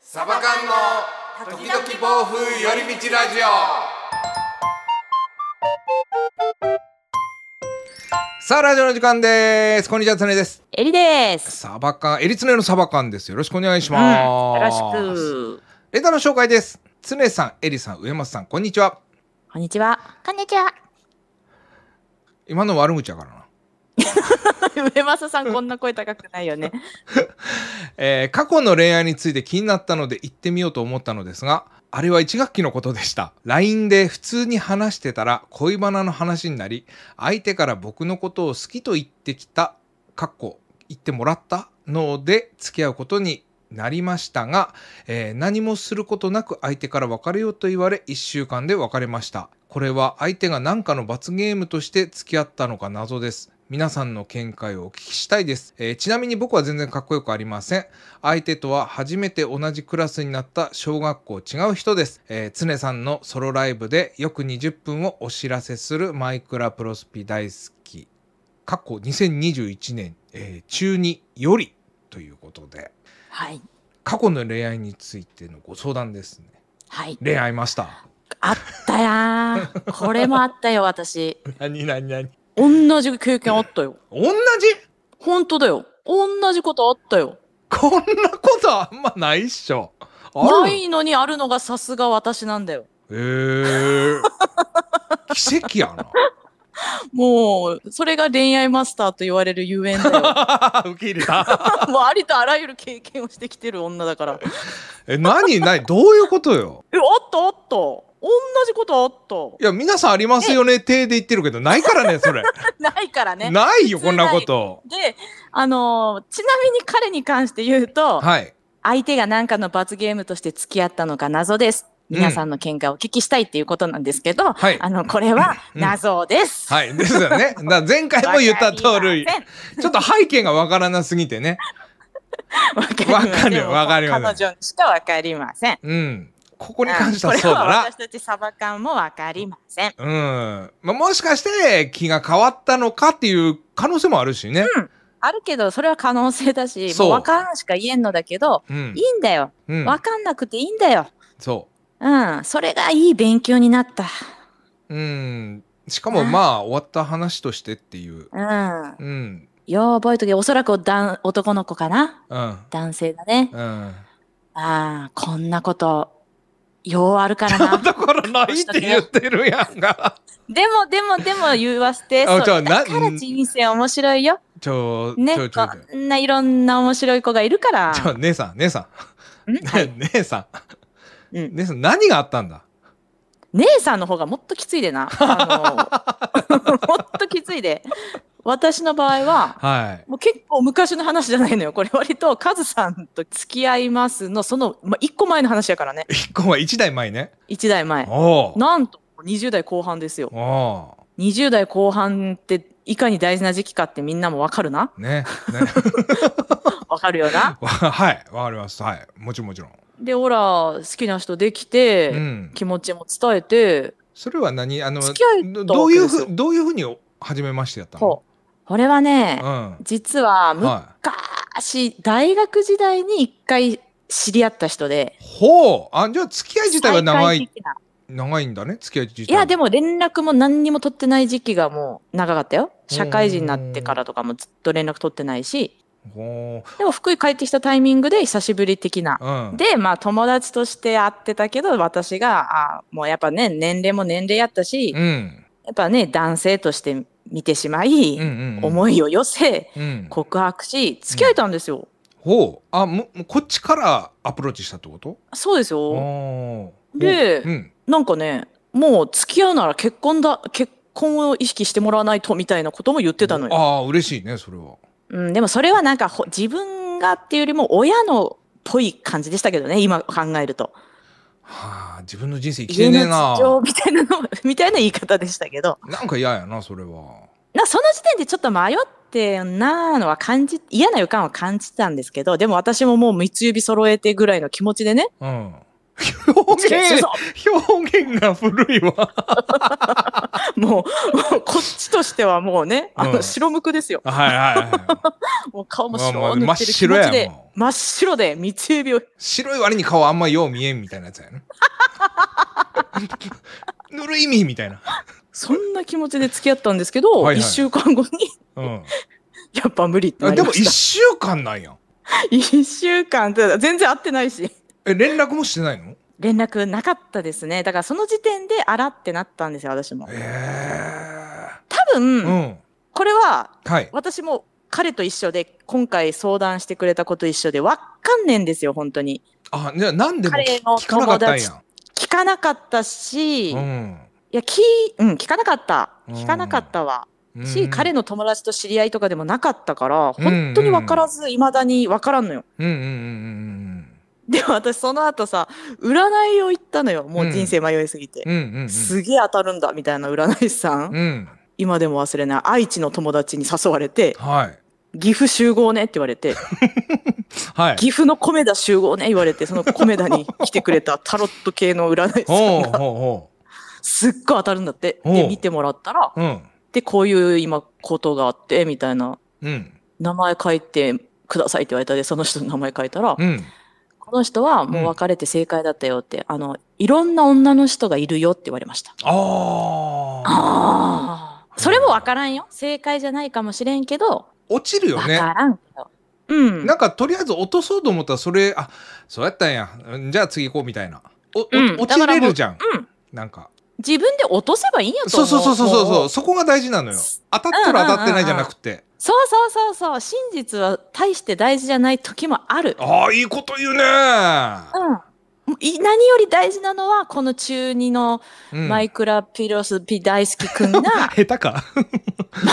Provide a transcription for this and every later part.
サバ缶の時々暴風寄り道ラジオさあラジオの時間ですこんにちはつねですエリです。サバ缶えりつねのサバ缶ですよろしくお願いしうんよまろす、しく。レターの紹介ですつねさんえりさん上松さんこんにちはこんにちは。こんにちは。今の悪口やからな上政さん、こんな声高くないよ ね。えー過去の恋愛について気になったので行ってみようと思ったのですがあれは1学期のことでした LINE で普通に話してたら恋バナの話になり相手から僕のことを好きと言ってきたかっこ言ってもらったので付き合うことになりましたが、えー何もすることなく相手から別れようと言われ1週間で別れましたこれは相手が何かの罰ゲームとして付き合ったのか謎です皆さんの見解をお聞きしたいです、えーちなみに僕は全然かっこよくありません相手とは初めて同じクラスになった小学校違う人です、えー、常さんのソロライブで約20分をお知らせするマイクラプロスピ大好き過去2021年、えー中2よりということではい。過去の恋愛についてのご相談ですねはい。恋愛マスタあったやー。これもあったよ、私。ー 何何何同じ経験あったよ。同じ本当だよ。同じことあったよ。こんなことあんまないっしょあなるいのにあるのがさすが私なんだよ。え ー、奇跡や もう、それが恋愛マスターと言われるゆえんだよ。 な受け入れたもうありとあらゆる経験をしてきてる女だから。え、何何どういうことよえ、あったあった。同じことあっいや、皆さんありますよね体で言ってるけど、ないからね、それ。た。 ないから ね。ないよ、普通こんなこと。で、あのーちなみに彼に関して言うと、はい。相手が何かの罰ゲームとして付き合ったのか謎です。うん皆さんの見解をお聞きしたいっていうことなんですけど、はいあの、これはうん謎です。はい。ですよね。だから前回も言った通りわか、ちょっと背景がわからなすぎてね。りませんわかるわかりませんでも彼女にしかわかりません。うん。こここに関してはそうだこれはな私。たちサバ缶もわかりません。うん。まあ、もしかして気が変わったのかっていう可能性もあるしね。あるけど、それは可能性だし、そうもうわからんしか言えんのだけど、うんい。いんだよ。うん。わかんなくていいんだよ。そうん、それがいい勉強になった。う。うん。しかもまあ、終わった話としてっていう。うん。うん。よう覚えとけ。おそらくお男男の子かなうん。男性だね。うん。ああ、こんなこと、ようあるか らな。だからないって言ってるやんが。でも、でも、でも言わせて。あそうじゃあなだから人生面白いよ。ちょ、ね。ちょ、ちょ、ちょこんないろんな面白い子がいるから。ちょ、姉さん、姉さん。んねはい 姉さん。うん姉さん、何があったんだ姉さんの方がもっときついでな。あ のもっときついで。私の場合は、はい。もう結構昔の話じゃないのよ。これ割とカズさんと付き合いますの、その、まあ、一個前の話やからね。一個は一台前ね。一代前。おうなんと、20代後半ですよ。お20代後半っていかに大事な時期かってみんなもわかるなうね。ね。 わかるよなわはい。わかります。はい。もちろん、もちろん。でオラ好きな人できて、うん。気持ちも伝えてそれは何あの、付き合えたわけどういうですふよう、どういうふうに初めましてやったのこうこれはねうん。実ははい。昔、大学時代に一回知り合った人でほう。あ、じゃあ、付き合い自体は長再い会、的な長いんだね。付き合い自い体は。やでも連絡も何にも取ってない時期がもう長かったよ社会人になってからとかもずっと連絡取ってないしほでも福井帰ってきたタイミングで久しぶり的なう。うん。で、まあ友達として会ってたけど、私が、あもうやっぱね、年齢も年齢やったし、やうん。っぱね、男性として見てしまうい、んうんうん。思いを寄せ、うん。告白し、付き合えたんですよ。ほう。あ、も、もうこっちからアプローチしたってことそうですあよ。ーでうん、なんかね、もう付き合うなら結婚だ、結婚を意識してもらわないとみたいなことも言ってたのよ。ああ、嬉しいね、それは。うん、でもそれはなんかほ自分がっていうよりも親のっぽい感じでしたけどね、今考えると。はあ、自分の人生生き家てねえのな事。情みたいなの、みたいな言い方でしたけど。なんか嫌やな、それは。なその時点でちょっと迷ってんなーのは感じ嫌な予感は感じてたんですけどでも私ももう三つ指揃えてぐらいの気持ちでねうん。表チク現ソ表現が古いわもう もうこっちとしてはもうねあうのん白無垢ですよ、はいはいはいもう顔も白まあ塗まあってる気持真ちっ白やでも真っ白で道指を白い割に顔あんまよう見えんみたいなやつや ね塗る意味みたいな、そんな気持ちで付き合ったんですけど、一はいはい1週間後に うん、やっぱ無理ってなありでまもし1た週間なんや1週間って全然会ってないしえ連絡もしてないの連絡なかったですねだからその時点であらってなったんですよ私もえ多分、えうんこれははい私も彼と一緒で今回相談してくれた子と一緒でわっかんねんですよ本当にあじゃあ何でも彼の聞かなかったん友や聞かなかったし、ういんやきうん聞かなかったうん聞かなかったわ、うんし彼の友達と知り合いとかでもなかったから本当に分からずいまだに分からんのようんうんうんうんで私その後さ占いを行ったのよもう人生迷いすぎて、うんうんうんうんすげえ当たるんだみたいな占い師さん、うん今でも忘れない愛知の友達に誘われてはい岐阜集合ねって言われてはい岐阜の米田集合ね言われてその米田に 来てくれたタロット系の占い師ほうさんがほすっごい当たるんだっておうで見てもらったらうほううんでこういう今ことがあってみたいなうん名前書いてくださいって言われたでその人の名前書いたらうんこの人はもう別れて正解だったよってあのいろんな女の人がいるよって言われましたあああーそれも分からんよ正解じゃないかもしれんけど落ちるよ分ねからんけどうんなんかとりあえず落とそうと思ったらそれあそうやったんやうんじゃあ次行こうみたいなおおうん落ちれるじゃんうんなんか自分で落とせばいいんやとそ思ううそうそうそうもそうそこが大事なのよ当たったら当たってないじゃなくてそうそうそうそう真実は大して大事じゃない時もある。ああいいこと言うねうんい何より大事なのはこの中二のうんマイクラピロスピ大好きく んが、下手か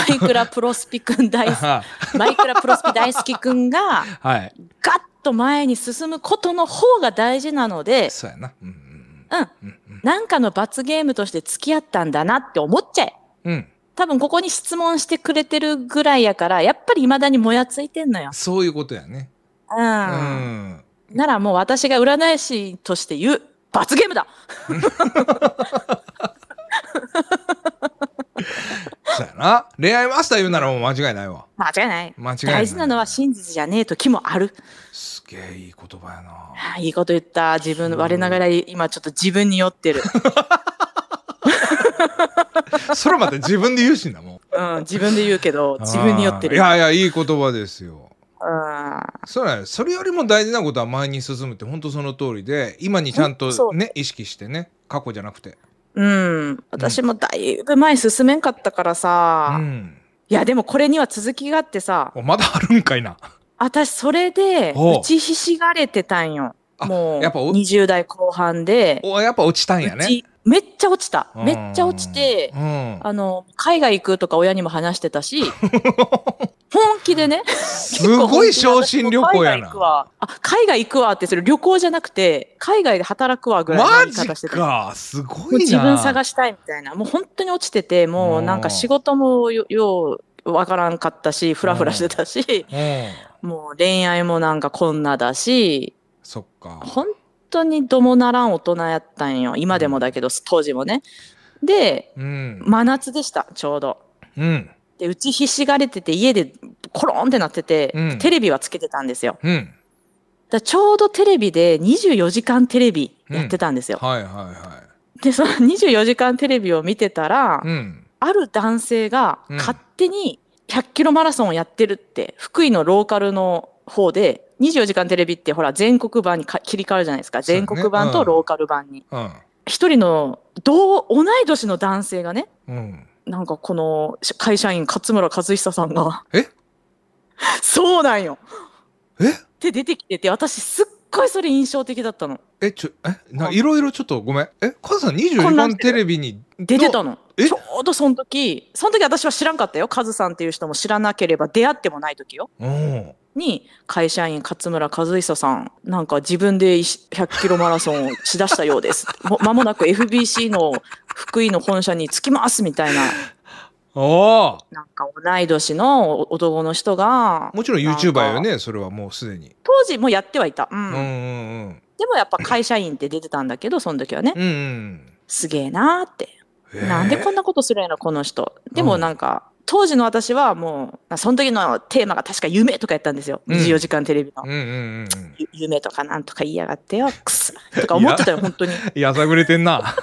マイクラプロスピくん大好 はきマイクラプロスピ大好きくんがいガッと前に進むことの方が大事なのでそうやなうんうんうんなんかの罰ゲームとして付き合ったんだなって思っちゃえうんうん多分ここに質問してくれてるぐらいやからやっぱり未だにもやついてんのよ。そういうことやねううんんならもう私が占い師として言う罰ゲームだそうやな恋愛マスター言うならもう間違いないわ間違いない間違いない大事なのは真実じゃねえ時もあるすげえいい言葉やなあーいいこと言った自分うん我ながら今ちょっと自分に酔っ てる、それまた自分で言うしなもうん、自分で言うけどう 自分に酔ってるいやいやいい言葉ですようんそうだよそれよりも大事なことは前に進むって本当その通りで今にちゃんほんそとうね意識してね過去じゃなくてうん、私もだいぶ前進めんかったからうさ、んいやでもこれには続きがあってさおまだあるんかいな私それでおう打ちひしがれてたんよあもうやっぱお20代後半でおやっぱ落ちたんやうねちめっちゃ落ちたうんめっちゃ落ちてうんあの、海外行くとか親にも話してたし、 本気でね。すごい昇進旅行や海外行なくわ。あ、海外行くわって、それ旅行じゃなくて、海外で働くわぐらいのマ言いジ方してた。かすごいもうな自分探したいみたいな。もう本当に落ちてて、もうなんか仕事もよ、ようわからんかったし、ふらふらしてたし、うんもう恋愛もなんかこんなだし、そっか本当にどもならん大人やったんよ。今でもだけど、当時もね。で、うん真夏でした、ちょうど。うんでうちひしがれてて家でコロンってなってて、うんテレビはつけてたんですようんだちょうどテレビで24時間テレビやってたんですよ、はいはいはでその24時間テレビを見てたら、いうんある男性がうん勝手に100キロマラソンをやってるって福井のローカルの方で24時間テレビってほら全国版にか切り替わるじゃないですかそうね全国版とローカル版にうん一、人の同同い年の男性がねうんなんかこの会社員勝村和久さんがえそうなんよえって出てきてて私すっごいそれ印象的だったのえちょえないろいろちょっとごめんえ母さん24時間テレビに出てたのえちょうどその時その時私は知らんかったよカズさんっていう人も知らなければ出会ってもない時ようんに会社員勝村和久さんなんか自分で100キロマラソンをしだしたようです も間もなく FBC の福井の本社に着きますみたいなああなんか同い年の男の人がもちろん YouTuber よねそれはもうすでに当時もやってはいた、ううんんうんうんでもやっぱ会社員って出てたんだけど、その時はね、うんうんすげえなーって。へーなんでこんなことするんやろ、この人。でうもんなんか、当時の私はもう、その時のテーマが確か夢とかやったんですよ。うん24時間テレビの。うんうんうんうんゆ夢とかなんとか言いやがってよ、くそとか思ってたよ、本当に。 やさぐれてんな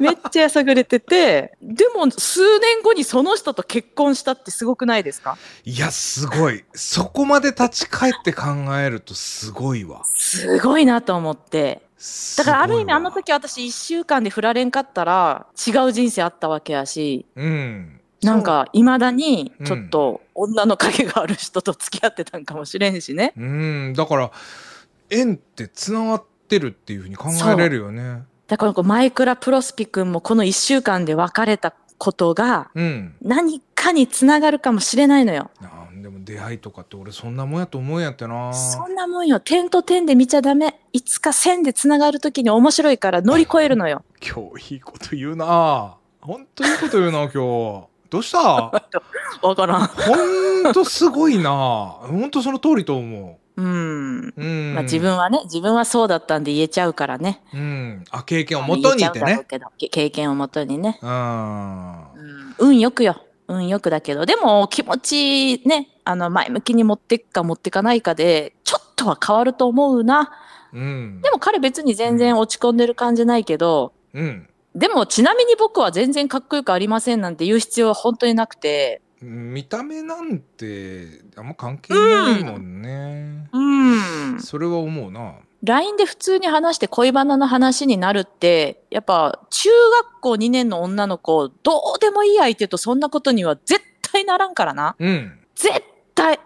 めっちゃやさぐれてて、でも数年後にその人と結婚したってすごくないですかいやすごいそこまで立ち返って考えるとすごいわすごいなと思って。だからある意味あの時私1週間で振られんかったら違う人生あったわけやし、うんなんか未だにちょっと女の影がある人と付き合ってたんかもしれんしね。うんだから縁ってつながってるっていうふうに考えれるよねだからこうマイクラプロスピ君もこの1週間で別れたことがうん何かにつながるかもしれないのよ。なんでも出会いとかって俺そんなもんやと思うんやってなそんなもんよ。点と点で見ちゃダメ。いつか線でつながるときに面白いから乗り越えるのよ。今日いいこと言うな本当いいこと言うな今日どうした わからん。ほんとすごいなほんとその通りと思うん。ううん、まあ自分はね、自分はそうだったんで言えちゃうからね。うんあ経験を言元えちにゃっうてだろうねけどけ経験をもとにね。うんうん運よくよ。運よくだけど。でも気持ちね、あの前向きに持っていくか持っていかないかで、ちょっとは変わると思うな。うんでも彼別に全然落ち込んでる感じないけど、うんでもちなみに僕は全然かっこよくありませんなんて言う必要は本当になくて、見た目なんてあんま関係ないもんね、うん。それは思うな LINE で普通に話して恋バナの話になるって、やっぱ中学校2年の女の子、どうでもいい相手とそんなことには絶対ならんからな。うん絶対。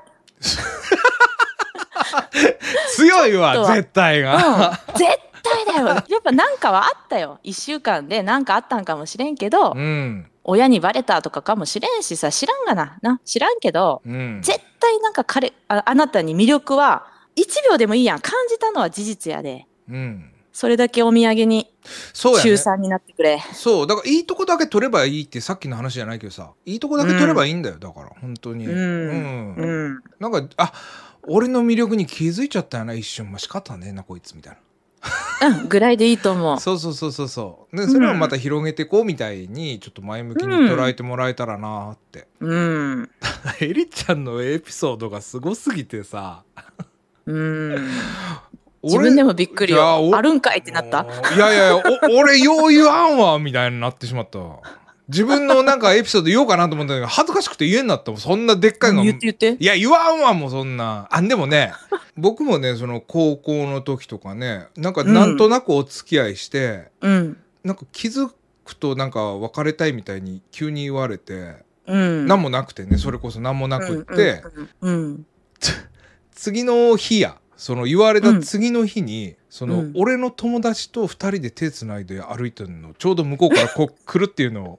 強いちょっわとは絶対うん。が、絶対だよ。やっぱなんかはあったよ。1週間でなんかあったんかもしれんけど、うん親にバレたとかかもしれんしさ、知らんがな。な、知らんけど、うん絶対なんか彼、ああなたに魅力は、1秒でもいいやん。感じたのは事実やで。うんそれだけお土産に、そうや中ね3になってくれ。そうだからいいとこだけ取ればいいってさっきの話じゃないけどさいいとこだけ取ればいいんだよ、だから本当にうんううんん。なんかあ俺の魅力に気づいちゃったよな一瞬まあ仕方ねえなこいつみたいうん、ぐらいでいいと思うな。そうそうそうそうそうでそれをまた広げてこうみたいにちょっと前向きに捉えてもらえたらなーって、うん。エリちゃんのエピソードがすごすぎてさうん。俺自分でもびっくりいやおよ。あるんかいってなった。いやいやいやお 俺よう言わんわみたいになってしまった自分のなんかエピソード言おうかなと思ったんだけど恥ずかしくて言えんなったもんそんなでっかいの言って言って。いや言わんわもうそんなあでもね僕もねその高校の時とかねなんかうんなんとなくお付き合いして、うん。なんか気づくとなんか別れたいみたいに急に言われて、うん。何もなくてねそれこそ何もなくって、うん。うん。次の日やその言われた次の日に、その、うん俺の友達と2人で手つないで歩いてるのちょうど向こうからこう来るっていうの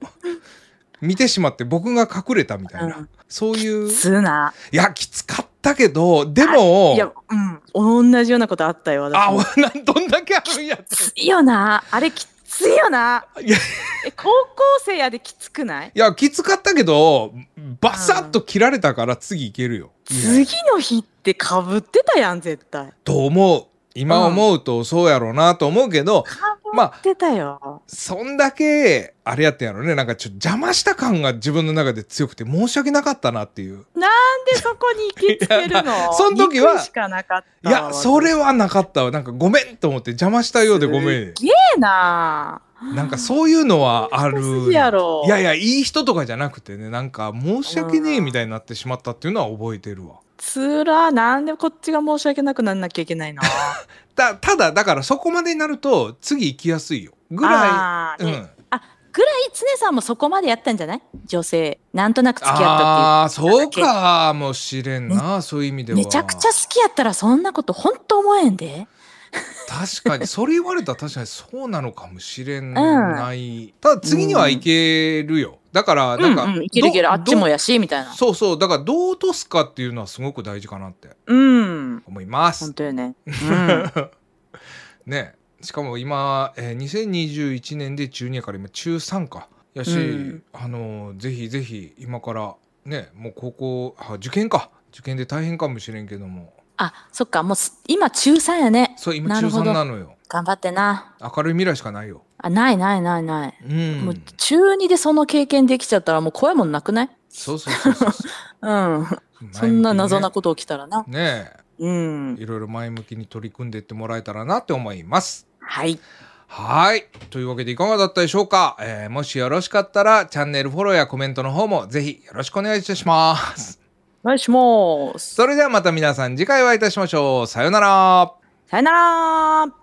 を 見てしまって僕が隠れたみたいな、うんそういういすな。やきつかったけどでもいや、うん。同じようなことあったよ、私あ、も。おなんどんだけあるんやきつ。ついよな。あれきついよな。いやえ、高校生やできつくないいや、きつかったけど、バサッと切られたから次いけるよ。いや次の日ってかぶってたやん、絶対。と思う。今思うとそうやろうなと思うけど、かまぶあってたよ。そんだけ、あれやってんやろね。なんかちょっと邪魔した感が自分の中で強くて申し訳なかったなっていう。なんでそこに行きつけるいやまのあその時は行くしかなかったいや、それはなかったわ。なんかごめんと思って邪魔したようでごめんす。げえな。なんかそういうのはある。すぎやろいやいや、いい人とかじゃなくてね、なんか申し訳ねえみたいになってしまったっていうのは覚えてるわ。つらなんでこっちが申し訳なくなんなきゃいけないのだただだからそこまでになると次行きやすいよぐらあい、うーねん、ぐらい常さんもそこまでやったんじゃない女性なんとなく付き合ったっああーそうかもしれんな、そういう意味てでいはうめちゃくちゃ好きやったらそんなこと本当思えんで確かにそれ言われたら確かにそうなのかもしれんない、ただ次には行けるよだからなんか、うんうんいけるいけるどあっちもやしみたいどなそうそうだからどう落とすかっていうのはすごく大事かなってうん思いま本す当よね、うん、ねしかも今、えー2021年で中2やから今中3かやし、うんあのーぜひぜひ今からねもう高校あ受験か受験で大変かもしれんけどもあ、そっか、もうす今中3やね。そう今な中るほど3なのよ頑張ってな。明るい未来しかないよあ、ないないないない。うんもう中2でその経験できちゃったらもう怖いもんなくないそうそうそうそう う前ん。向きにねそんな謎なこと起きたらな。ねうんえ。いろいろ前向きに取り組んでいってもらえたらなって思いますはい。はい。というわけでいかがだったでしょうか、えーもしよろしかったらチャンネルフォローやコメントの方もぜひよろしくお願いいたします。お願いします。それではまた皆さん次回お会いいたしましょう。さようなら。さよなら